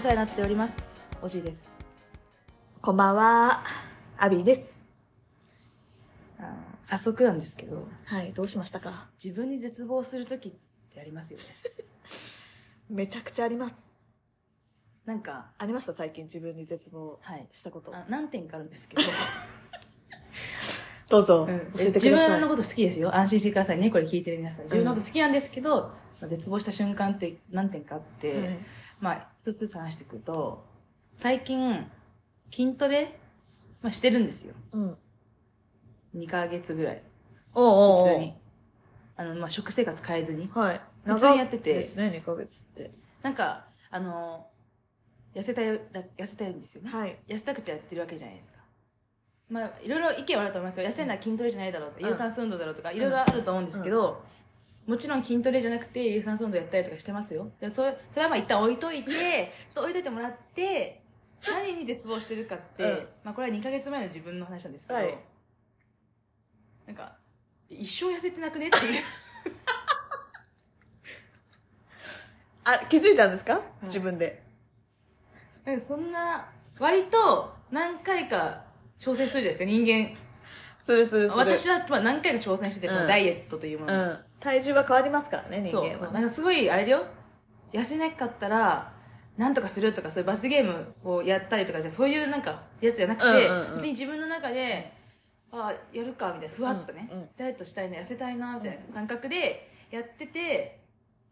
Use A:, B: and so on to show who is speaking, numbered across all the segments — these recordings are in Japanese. A: 世話になっておりますおじいです
B: こんばんは、アビーです。
A: あの早速なんですけど
B: はい、どうしましたか
A: 自分に絶望する時ってありますよね
B: めちゃくちゃあります。
A: なんか
B: ありました最近自分に絶望
A: はい
B: したこと。
A: あ何点かあるんですけど、
B: どうぞ、
A: うん
B: 教えて
A: 自
B: くださ
A: 分
B: い。
A: のこと好きですよ安心してくださいねこれ聞いてる皆さん自分のこと好きなんですけど、まあ絶望した瞬間って何点かあって、
B: はい
A: まあ一つずつ話していくと最近筋トレ、まあ、してるんですよ
B: うん。
A: 2ヶ月ぐらい
B: おうおうおう
A: 普通に。あの、まあ、食生活変えずに。
B: はい。
A: 普通にやってて
B: 長いですね、2ヶ月って。
A: なんか、あの、痩せたい、だ痩せたいんですよね。
B: はい。
A: 痩せたくてやってるわけじゃないですか。まあ、いろいろ意見はあると思いますよ。痩せるのは筋トレじゃないだろうとか、
B: うん
A: 有酸素運動だろうとか、いろいろあると思うんですけど、もちろん筋トレじゃなくて有酸素運動やったりとかしてますよ。でそれそれはまあ一旦置いといて、ちょ っと置いといてもらって、何に絶望してるかって、
B: うん
A: まあこれは2ヶ月前の自分の話なんですけど、
B: はい
A: なんか、一生痩せてなくねっていう。
B: あ、気づいたんですか、自分で。
A: なんかそんな、割と何回か挑戦するじゃないですか、人
B: するするす
A: 間。
B: る。
A: 私はまあ何回か挑戦してて、その
B: うん
A: ダイエットというも
B: う
A: のに。
B: ん。体重は変わりますからね、人
A: そう
B: 間
A: そう。
B: は
A: な
B: ね。
A: んかすごい、あれだよ。痩せなかったら、なんとかするとか、そういう罰ゲームをやったりとかじゃ、そういうなんか、やつじゃなくて、
B: うんうんうん
A: 別に自分の中で、ああ、やるか、みたいな、ふわっとね、
B: うんうん
A: ダイエットしたいな、痩せたいな、みたいな感覚で、やってて、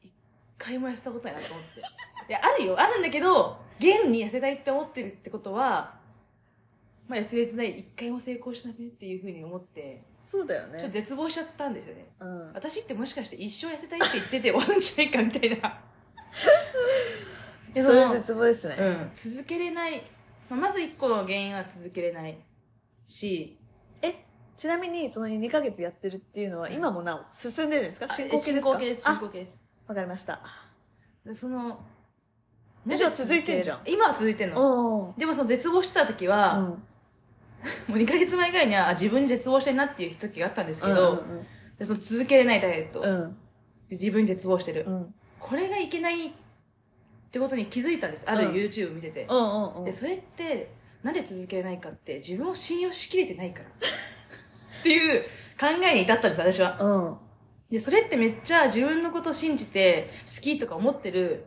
A: 一回も痩せたことないなと思って。いや、あるよ、あるんだけど、現に痩せたいって思ってるってことは、まあ、痩せれてない、一回も成功しなくねっていうふうに思って、
B: そうだよ
A: ちょっと
B: ね。
A: 絶望しちゃったんですよね。
B: うん、
A: 私ってもしかして一生痩せたいって言ってて終わるんじゃないかみたいな。で
B: それ
A: その
B: 絶望ですね、
A: うん、続けれない、まあ、まず一個の原因は続けれないし、
B: えちなみにその2ヶ月やってるっていうのは今もなお進んでるんですか
A: あ
B: 進行形ですか
A: 進行形です。進
B: あ
A: 行形です。
B: わかりました
A: でその、
B: えじゃあ続いてんじゃん
A: なぜ続けれ今は続いてんの。
B: おお
A: でもその絶望してた時は、
B: うん
A: もう2ヶ月前ぐらいにはあ自分に絶望したいなっていう時があったんですけど、でその続けれないダイエット、
B: う
A: で
B: んうん
A: 自分に絶望してる、
B: うんうん
A: これがいけないってことに気づいたんです。ある
B: うん
A: YouTube 見てて。
B: うんうん
A: でそれってなんで続けれないかって自分を信用しきれてないからっていう考えに至ったんです私は
B: うん
A: でそれってめっちゃ自分のことを信じて好きとか思ってる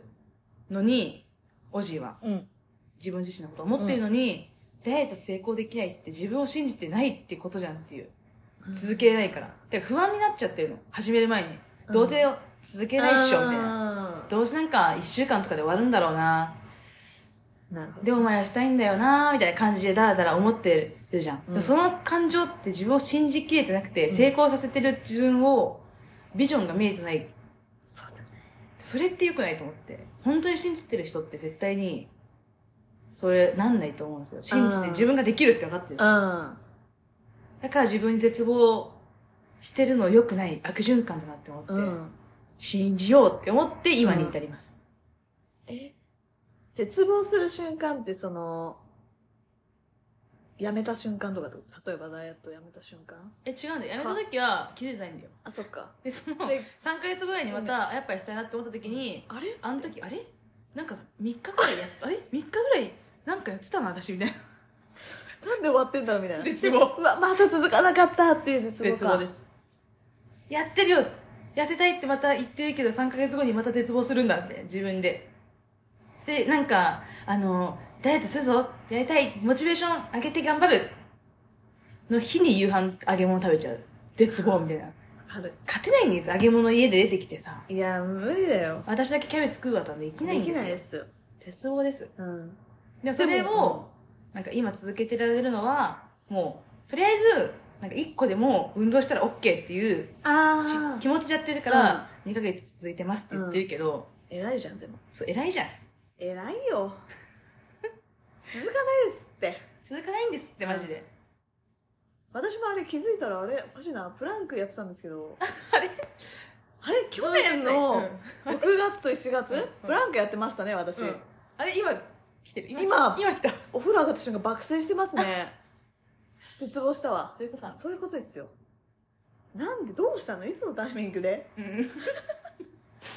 A: のにおじいは
B: うん
A: 自分自身のことを思ってるのに、ダイエット成功できないって自分を信じてないってことじゃんっていう続けれないからだから不安になっちゃってるの始める前に
B: うん
A: どうせ続けれないっしょみたいな
B: な
A: どうせなんか1週間とかで終わるんだろうな
B: なるほど
A: でもお前はしたいんだよなーみたいな感じでダラダラ思ってるじゃん、
B: うん
A: でもその感情って自分を信じきれてなくて成功させてる自分をビジョンが見えてない
B: そうだね
A: それって良くないと思って本当に信じてる人って絶対にそれなんないと思うんですよ信じ
B: あ
A: て
B: ー
A: 自分ができるって分かってる
B: うん
A: だから自分に絶望してるの良くない悪循環だなって思って、
B: うん
A: 信じようって思って今に至ります、
B: え絶望する瞬間ってそのやめた瞬間とかってこと例えばダイエットやめた瞬間
A: え違うんだよやめた時は気づいてないんだよ
B: あそっか
A: でその
B: で
A: 3ヶ月ぐらいにまたあやっぱりしたいなって思った時に、
B: あれ
A: あの時あれなんか3日ぐらいやっあれ ?3 日ぐらいなんかやってたな私みたいな
B: なんで終わってんだろうみたいな
A: 絶望
B: うわまた続かなかったっていう絶望か
A: 絶望ですやってるよ痩せたいってまた言ってるけど3ヶ月後にまた絶望するんだって自分ででなんかあのダイエットするぞやりたいモチベーション上げて頑張るの日に夕飯揚げ物食べちゃう絶望みたいな
B: 軽
A: 勝てないんです揚げ物家で出てきてさ
B: いいや無理だよ
A: 私だけキャベツ食うわったんできないん
B: で
A: で
B: き
A: すよ
B: ないですよ
A: 絶望です
B: うん
A: でもそれ
B: で
A: を
B: も、
A: なんか今続けてられるのは、もう、とりあえず、なんか一個でも運動したら OK っていう
B: あ
A: し
B: あ
A: 気持ちでやってるから、2ヶ月続いてますって言ってるけど、
B: 偉いじゃんでも
A: そう、偉いじゃん。
B: 偉いよ 続かないですって
A: 続かないんですって、マジで。
B: 私もあれ気づいたらあれおかしいなプランクやってたんですけ ど
A: あれ
B: あれ去年の6月と7月、
A: ん
B: プランクやってましたね私、
A: うんあれ、今、来てる。
B: 今
A: 今来た。
B: お風呂上がった瞬間爆睡してますね絶望した わ
A: そういうことなの。
B: そういうことですよなんでどうしたのいつのタイミングで
A: うん。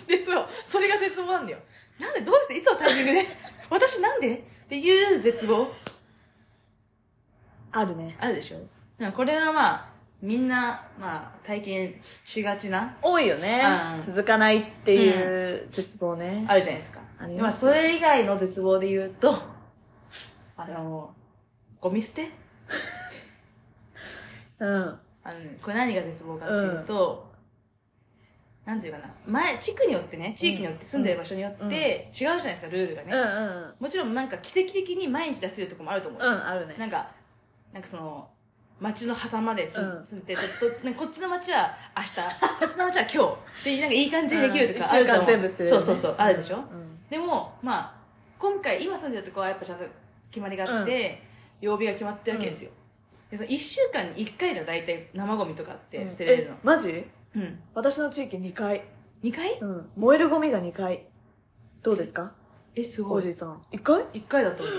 A: で、そう、それが絶望なんだよ。なんでどうしていつのタイミングで私なんでっていう絶望
B: あるね。
A: あるでしょでもこれはまあ、みんな、まあ、体験しがちな、
B: 多いよね
A: うん。
B: 続かないっていう絶望ね。
A: あるじゃないですか。
B: あり
A: まあ、
B: ます
A: それ以外の絶望で言うと、 あの、ゴミ捨て
B: うん。
A: あのね、これ何が絶望かっていうと、なんていうかな、前、地区によってね、地域によって住んでる場所によって、
B: うんう
A: 違
B: ん
A: うじゃないですか、ルールが
B: うん
A: ね。
B: うん
A: もちろんなんか奇跡的に毎日出せるとこもあると思う。
B: うん。うん、あるね。
A: なんか、なんかその、町の狭間で住,、
B: うん
A: 住んでて、ととなんかこっちの町は明日、こっちの町は今日、で、なんかいい感じにできるとかあると思う。
B: うん一週間全部捨てるよ
A: そ
B: ね
A: うそうそう、あるでしょ、
B: うん
A: でも、まあ、今回、今住んでるとこはやっぱちゃんと決まりがあって、曜日が決まってるわけですよ。でその1週間に1回じゃ大体生ゴミとかって捨てれるの
B: え。マジ
A: うん。
B: 私の地域2階。
A: 2回
B: うん。燃えるゴミが2階。どうですか
A: え、す
B: お
A: ごい
B: じ。いさん。1階
A: 1回だと思う。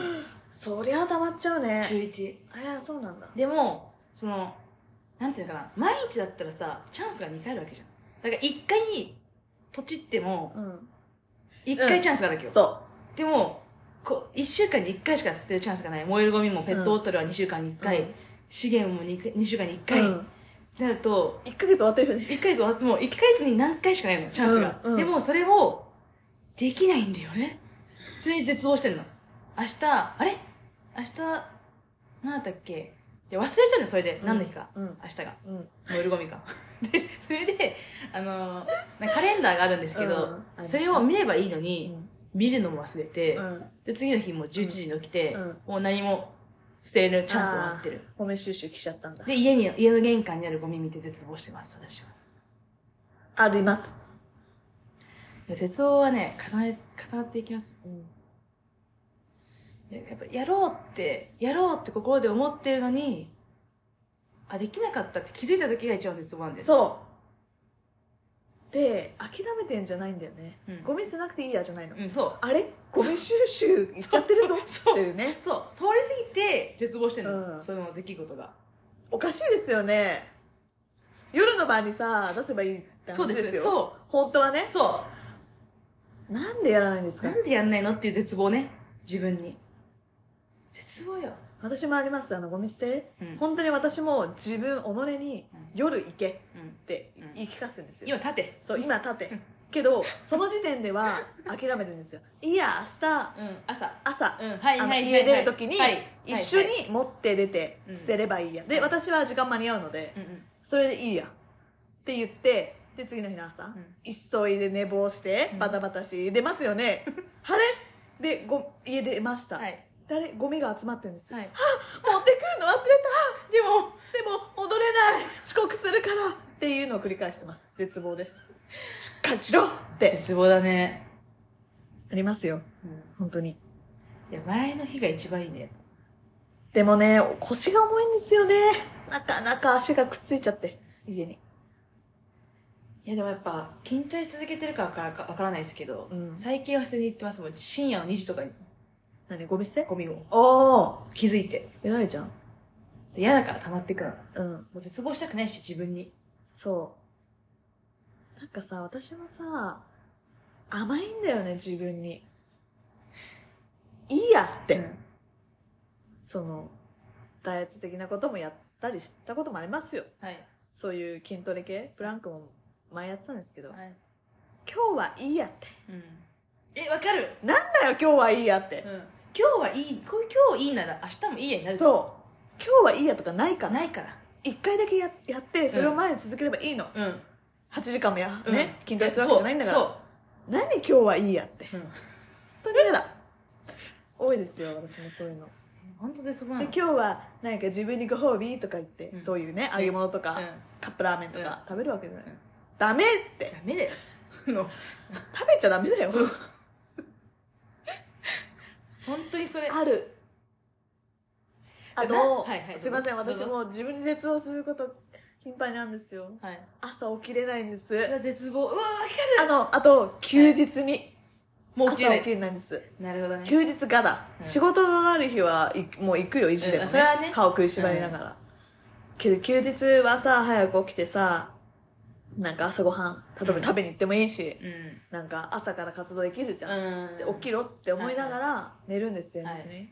B: そりゃ溜まっちゃうね。
A: 週1。
B: ああ、そうなんだ。
A: でも、その、なんていうのかな、毎日だったらさ、チャンスが2回あるわけじゃん。だから1回、とちっても、
B: うん。
A: 1回チャンスがあるわけよ。
B: そ
A: でも、こう、1週間に1回しか捨てるチャンスがない。燃えるゴミもペットボトルは2週間に1回、
B: うん
A: 資源も 2, 週間に1
B: う。
A: 回、
B: う
A: っ
B: ん。
A: てなると、
B: 1ヶ月終わってるね。
A: 1ヶ月終わって、もう1ヶ月に何回しかないの、チャンスが。
B: うんうん
A: でも、それを、できないんだよね。それに絶望してんの。明日、あれ明日、何だったっけで忘れちゃうのよ、それで。何の日か。
B: うん。
A: 明日が。
B: うん。
A: 燃えるゴミか。 で、それで、あの、なんかカレンダーがあるんですけど、
B: うん
A: それを見ればいいの
B: う
A: に、
B: ん。
A: 見るのも忘れて、
B: うん。
A: で、次の日もう11時に起きて、
B: うん
A: もう何も捨てるチャンスを待ってる。
B: 米収集来ちゃったんだ。
A: で、家に、家の玄関にあるゴミ見て絶望してます、私は。
B: あります。
A: いや絶望はね、重ね、重なっていきます。
B: うん。
A: ややっぱ、やろうって、やろうって心で思ってるのに、あ、できなかったって気づいた時が一番絶望なんです。
B: そう。で、諦めてんじゃないんだよね。
A: うん
B: ゴミ捨てなくていいやじゃないの。
A: うん、そう。
B: あれゴミ収集行っちゃってるぞ
A: そう
B: っ。ていうね。
A: そう。通り過ぎて絶望してるの、
B: うん
A: その出来事が。
B: おかしいですよね。夜の晩にさ、出せばいいって
A: そう
B: 話
A: で
B: です
A: す
B: よ。
A: ね。そ
B: 本当はね
A: う。。そ
B: なんでやらないんです
A: う。な
B: か
A: んでやんないのっていう絶望ね。自分に。絶望よ。
B: 私もあります。あの、ゴミ捨て。
A: うん
B: 本当に私も自分、己に
A: うん
B: 夜行けっ
A: うん。
B: て
A: うん
B: 言い聞かせるんですよ。
A: 今立て。
B: そう、今立て。けど、その時点では諦めてるんですよ。いや、明日、
A: うん。朝。
B: 朝、
A: うん。はい
B: あ
A: はい
B: の
A: はい。
B: 家出る時に
A: はい
B: 一緒。
A: はい
B: に持って出て
A: うん
B: 捨てればいいや、で私は時間間に合うので
A: うんうん。
B: それでいいやって言ってで次の日の朝、
A: ん
B: 急いで寝坊して
A: うん
B: バタバタし出ますよ ね、あれでご家出ました、
A: はい。
B: であれゴミが集まってるんですよ、
A: はい。
B: 持ってくるの忘れ
A: でも、
B: たでも戻れない遅刻するからっていうのを繰り返してます絶望ですしっかりしろって
A: 絶望だね。
B: ありますよ
A: うん。
B: 本当に
A: いや、前の日が一番いいね。
B: でもね、腰が重いんですよね。なかなか足がくっついちゃって、家に。
A: いや、でもやっぱ、筋トレ続けてるからかかわからないですけど、
B: うん
A: 最近は捨てに行ってますもん。深夜の2時とかに
B: 何ゴミ捨て
A: ゴミを
B: おー、
A: 気づいて。
B: 偉いじゃん。
A: で嫌だから溜まってくの。も
B: うん、
A: う絶望したくないし、自分に。
B: そう。なんかさ、私もさ、甘いんだよね、自分に。いいやって、
A: うん
B: その、ダイエット的なこともやったりしたこともありますよ。
A: はい。
B: そういう筋トレ系、プランクも前やってたんですけど、
A: はい。
B: 今日はいいやって。
A: うん。え、わかる
B: なんだよ、今日はいいやって
A: うん。。今日はいい、こう今日いいなら明日もいいやになる。
B: そう。今日はいいやとかないから。
A: ないから。
B: 一回だけややってそれを前に続ければいいの、
A: うん。
B: 8時間もや、
A: うん
B: ね筋トレするわけじゃないんだから
A: そう。
B: 何今日はいいやって
A: そううん。
B: 本当に 嫌だ多いですよ私もそういうの、
A: 本当絶望な
B: で
A: の。
B: 今日はなんか自分にご褒美とか言って、
A: うん
B: そういうね揚げ物とか、
A: うん
B: カップラーメンとか食べるわけじゃない、ダメって
A: ダメだよ。 あの、
B: 食べちゃダメだよ
A: 本当にそれ。
B: あるあ
A: な
B: と、
A: はいはい
B: すいません
A: どうぞ
B: 私も自分に絶望すること頻繁にあるんですよ
A: はい。
B: 朝起きれないんです
A: うわ絶望。うわ、わかる。
B: あのあと休日に
A: もう
B: 朝
A: 起き
B: 起
A: れない
B: き。れないんです
A: なるほどね。
B: 休日がだ、
A: うん
B: 仕事のある日はいもう行くよ意地でも、
A: うんそれはね
B: 歯を食いしばりながら、けど休日はさ早く起きてさなんか朝ごはん、例えば食べに行ってもいいし、
A: うん
B: なんか朝から活動できるじゃん。で
A: うん
B: 起きろって思いながら寝るんですよ、
A: はい
B: 別に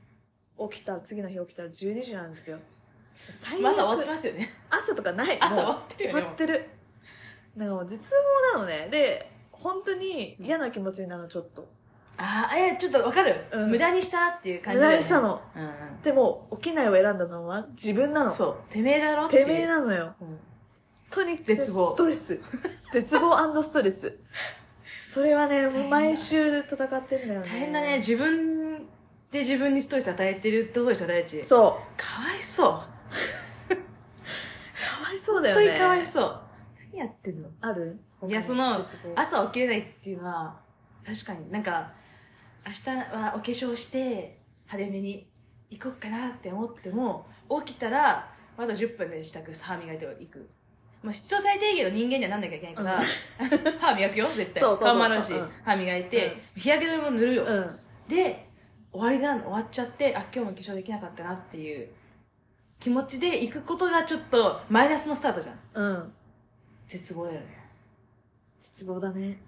B: 起きたら次の日起きたら12時なんですよ最
A: まあ
B: 悪
A: 朝終わってますよ ね
B: 朝とかない
A: 朝終
B: も
A: わ
B: う
A: ってるよね
B: 終わってるなんかもう絶望なのねで本当に嫌な気持ちになるのちょっと
A: ああえちょっとわかる、
B: うん
A: 無駄にしたっていう感
B: 無
A: じだよ
B: 駄
A: ね
B: にしたの
A: うん
B: でも起きないを選んだのは自分な
A: うん
B: の
A: そうてめえだろってい
B: て
A: う
B: めえなのよ
A: うん
B: とにかく
A: 絶望
B: ストレス絶望ストレスそれはねも
A: 変
B: う
A: だ
B: 毎週で戦ってんだよね
A: 大変だね自分で自分にストレス与えてるってことでしょ大地
B: そ
A: かわいそう
B: うかわいそうだ
A: 本
B: よ
A: 当
B: ね
A: にかわいそう何やってんの
B: ある
A: いやその
B: 絶望
A: 朝起きれないっていうのは確かになんか明日はお化粧して派手めに行こっかなって思っても起きたらまだ10分で支度歯磨いていく、まあ、必要最低限の人間にはなんなきゃいけないから、 歯磨くよ絶対
B: そうそうそうそう
A: 顔も洗うし、
B: うん
A: 歯磨いて、日焼け止めも塗るよ、
B: うん
A: で終わりなの終わっちゃってあ今日も化粧できなかったなっていう気持ちで行くことがちょっとマイナスのスタートじゃん
B: うん。
A: 絶望だよね
B: 絶望だね。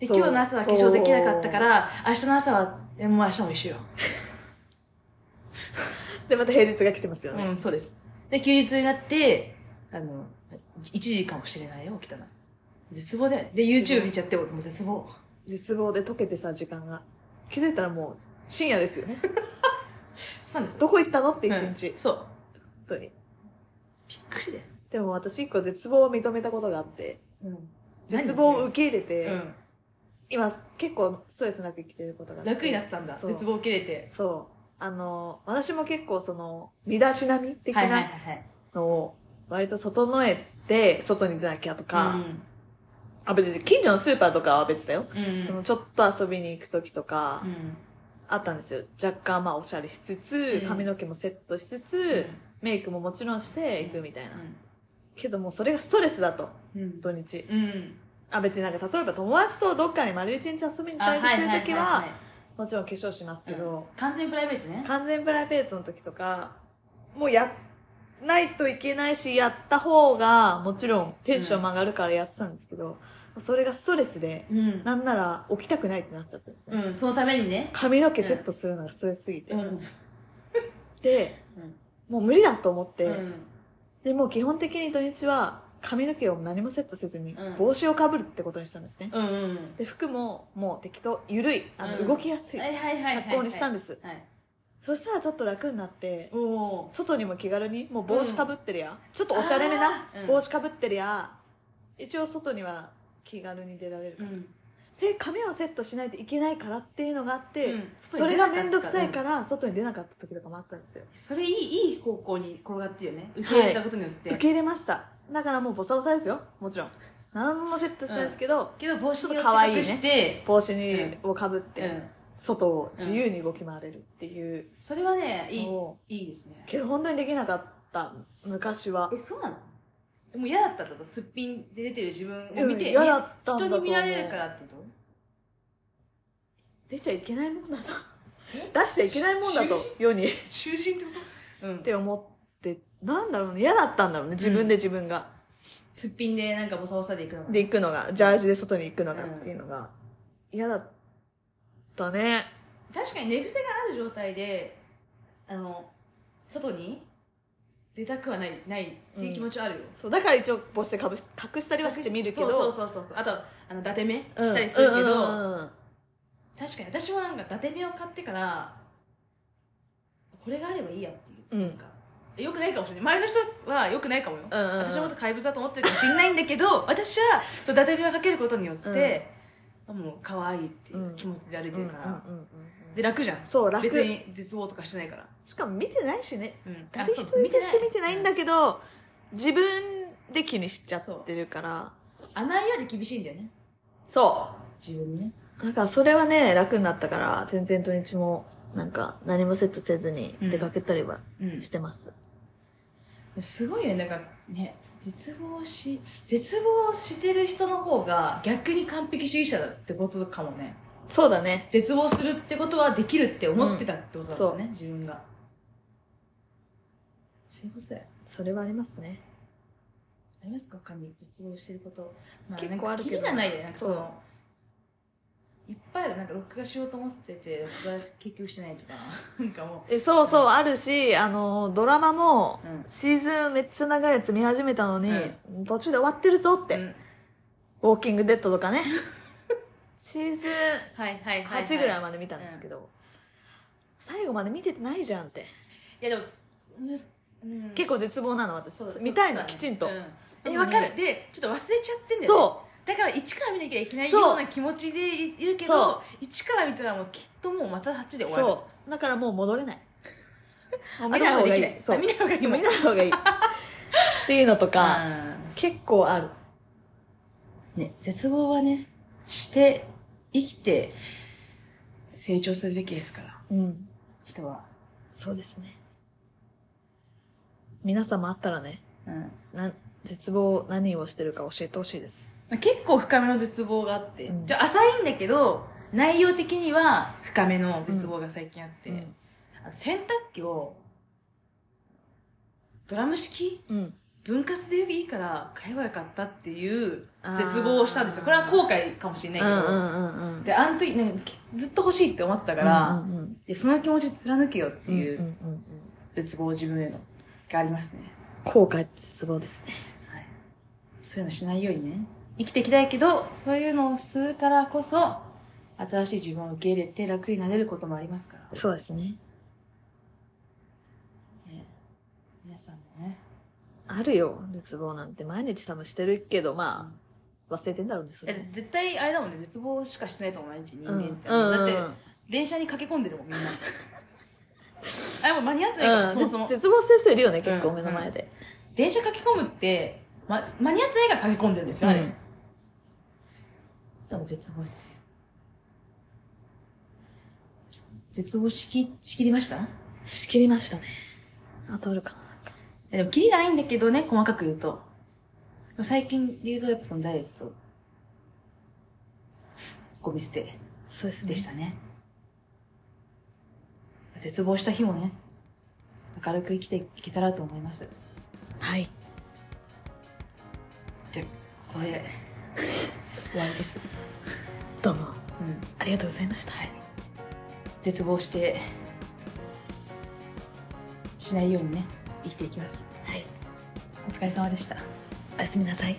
A: で
B: そう
A: 今日の朝は化粧できなかったから明日の朝はえもう明日も一緒よ、
B: で、また平日が来てますよね。
A: うんそうですで休日になってあの1時かもしれないよ起きたら絶望だよねで
B: 絶
A: YouTube
B: 望
A: 見ちゃってもう絶望
B: 絶望で溶けてさ、時間が。気づいたらもう深夜ですよね。
A: そうなんです
B: どこ行ったのって一日、
A: うんそう
B: 本当に。
A: びっくりだよ、
B: でも私一個絶望を認めたことがあって、
A: うん、
B: 絶望を受
A: う
B: け入れて、
A: うん、
B: 今結構ストレスなく生きてることがあって
A: 楽になったんだ
B: そう
A: 絶望を受け入れて
B: そう。あの、私も結構その、身だしなみ的
A: はいはいはい
B: な
A: はい
B: のを割と整えて、外に出なきゃとか、
A: うん
B: あ、別に近所のスーパーとかは別だよ。
A: うん
B: そのちょっと遊びに行くときとか、
A: うん
B: あったんですよ若干まあおしゃれしつつ、
A: うん
B: 髪の毛もセットしつつ、メイクももちろんしていくみたいな、けどもうそれがストレスだと
A: うんうん
B: 土日
A: うん
B: あ別になんか例えば友達とどっかに丸一日遊びに行ったりするときは,、
A: いいい
B: もちろん化粧しますけど、
A: 完全プライベートね
B: 完全プライベートの時とかもうやないといけないしやった方がもちろんテンションも上がるからやってたんですけど、それがストレスで
A: うん
B: なんなら起きたくないってなっちゃったんですね、
A: うんそのためにね
B: 髪の毛セットするのがストレスすぎて、
A: うん
B: で
A: うん
B: もう無理だと思って、
A: うん
B: でもう基本的に土日は髪の毛を何もセットせずに
A: うん
B: 帽子をかぶるってことにしたんですね、
A: うんうん
B: で服ももう適当緩いあの、
A: うん
B: 動きやすい
A: はいはいはいはい
B: 格好にしたんです、
A: はい
B: そしたらちょっと楽になって
A: おお
B: 外にも気軽にもう帽子かぶってるや、ちょっとおしゃれめな
A: あーうん
B: 帽子かぶってるや、一応外には気軽に出られる、
A: うん
B: せ髪をセットしないといけないからっていうのがあって、
A: うん
B: それが面倒くさいからら外に出なかった時とかもあったんですよ
A: それいいいい方向に転がってるよね受け入れたことによって
B: 受け入れましただからもうボサボサですよもちろん何もセットしてないですけど、
A: けど帽子
B: ちょっと可愛い
A: に
B: ね
A: して
B: 帽子に、
A: う
B: をかぶって、
A: うん
B: 外を自由に動き回れるっていう
A: それはねいい
B: のを
A: いいですね
B: けど本当にできなかった昔は
A: えそうなのもう嫌だったってことすっぴんで出てる自分を見
B: うん
A: て
B: 嫌だったんだと
A: 人
B: 思う
A: に見られるからってこと
B: 出ちゃいけないもんだと出しちゃいけないもんだと
A: し
B: 世にっ
A: 囚人ってことうん
B: て思ってなんだろうね嫌だったんだろうね自分で自分が、
A: すっぴんでなんかボサボサでいくのが
B: で行くのがジャージで外に行くのがっていうのが嫌だったね
A: 確かに寝癖がある状態であの外に出たくはないないっていう気持ちはあるよ、
B: そうだから一応帽子でかぶし隠したりはしてみるけど
A: そうそうそうそうそうあとあの伊達目
B: うん
A: したりするけど、
B: うんうんうんうん
A: 確かに私もなんか伊達目を買ってからこれがあればいいやっていう、
B: う
A: な
B: ん
A: んかよくないかもしれない周りの人はよくないかもよ、
B: うんうんうん
A: 私のこと怪物だと思ってるかもしれないんだけど私はそう伊達目をかけることによって、もう可愛いっていう気持ちで歩いてるから、
B: うんうんうんうん
A: で楽じゃん
B: そう楽
A: 別に絶望とかしてないから
B: しかも見てないしね
A: うん
B: 誰一人として見てないんだけど自分で気にしちゃってるから
A: 甘いより厳しいんだよね
B: そ
A: 自分にね
B: うだからそれはね楽になったから全然土日もなんか何もセットせずに出かけたりは
A: うん
B: してます、
A: すごいよねなんかね絶望し絶望してる人の方が逆に完璧主義者だってことかもね
B: そうだね
A: 絶望するってことはできるって思ってたってことだもんね、自分がそういうことだよ
B: それはありますね
A: りますか他に絶望してること。まあ、
B: 結構あるけど
A: なんかキリがないで、なんかそ
B: そう
A: の、いっぱいある。なんか録画しようと思ってて、録画結局してないとか、 なんかも
B: えそうそう、あるし、あの、ドラマも
A: うん、
B: シーズンめっちゃ長いやつ見始めたのに、途中で終わってるぞっ
A: う。
B: て、
A: うん
B: ウォーキングデッドとか ね。シーズン
A: はいはいはい、はい。
B: 8ぐらいまで見たんですけど、最後まで見ててないじゃんって。
A: いやでもす、すうん
B: 結構絶望なの、私
A: そう。そう
B: 見たいの、
A: そうだね
B: きちんと。
A: うんえ、わかる。で、ちょっと忘れちゃってんだよ、ね。
B: そう。
A: だから1から見なきゃいけない
B: そう
A: ような気持ちでいいるけ
B: そ
A: ど、1から見たらもうきっともうまた8で終わる。
B: そう。だからもう 戻れない。もう
A: あ
B: 見ない方がい。
A: でもできないい
B: そう
A: あ見ない方がいい
B: 見ない方がいい。っていうのとか、
A: あ
B: 結構ある。
A: ーね、絶望はね、して、生きて、成長するべきですから、
B: うん。
A: 人は。
B: そうですね。皆様あったらね、
A: うん。
B: な絶望何をしてるか教えてほしいです。
A: まあ、結構深めの絶望があって、
B: うん
A: じゃあ浅いんだけど、内容的には深めの絶望が最近あって、
B: うん。
A: あの洗濯機を、ドラム式
B: うん。
A: 分割でいいから買えばよかったっていう
B: あー
A: 絶望をしたんですよ。これは後悔かもしれない
B: うん
A: け
B: う
A: ど。
B: んうんうん。
A: で、あの時、ね、きずっと欲しいって思ってたから、
B: うんうんうん、
A: でその気持ち貫けよってい
B: うんう
A: うん
B: うんうん。
A: 絶望自分へのがありますね。
B: 後悔って絶望ですね。
A: そういうのしないようにね。生きていきたいけど、そういうのをするからこそ、新しい自分を受け入れて楽になれることもありますから。
B: そうですね。
A: 皆さんもね。
B: あるよ、絶望なんて。毎日多分してるけど、まあ、忘れてんだろうね、そ
A: だ
B: れ
A: っ
B: も
A: て絶対あれだもんね、絶望しかしてないと思う、毎日人
B: うん
A: 間って。
B: うんうん
A: だ
B: う
A: っ
B: ん
A: て、電車に駆け込んでるもん、み んな。あれもう間に合ってないから、そもそも。
B: 絶望してる人いるよね結構
A: うん
B: 目の前で、
A: 電車書き込むって、ま、間に合ってないから書き込んでるんですよ、あれ。
B: うん
A: 多分絶望ですよ。絶望しき、しきりました
B: 仕切りましたねあとあるかな
A: えでも、きりないんだけどね、細かく言うと。最近で言うと、やっぱそのダイエット、ゴミ捨て
B: そうですね
A: でしたね。絶望した日もね、明るく生きていけたらと思います。
B: はい
A: じゃあ、これで、終わりです。
B: どう
A: う
B: も
A: ん。
B: ありがとうございました
A: はい、絶望してしないようにね生きていきます
B: はい
A: お疲れ様でした
B: おやすみなさい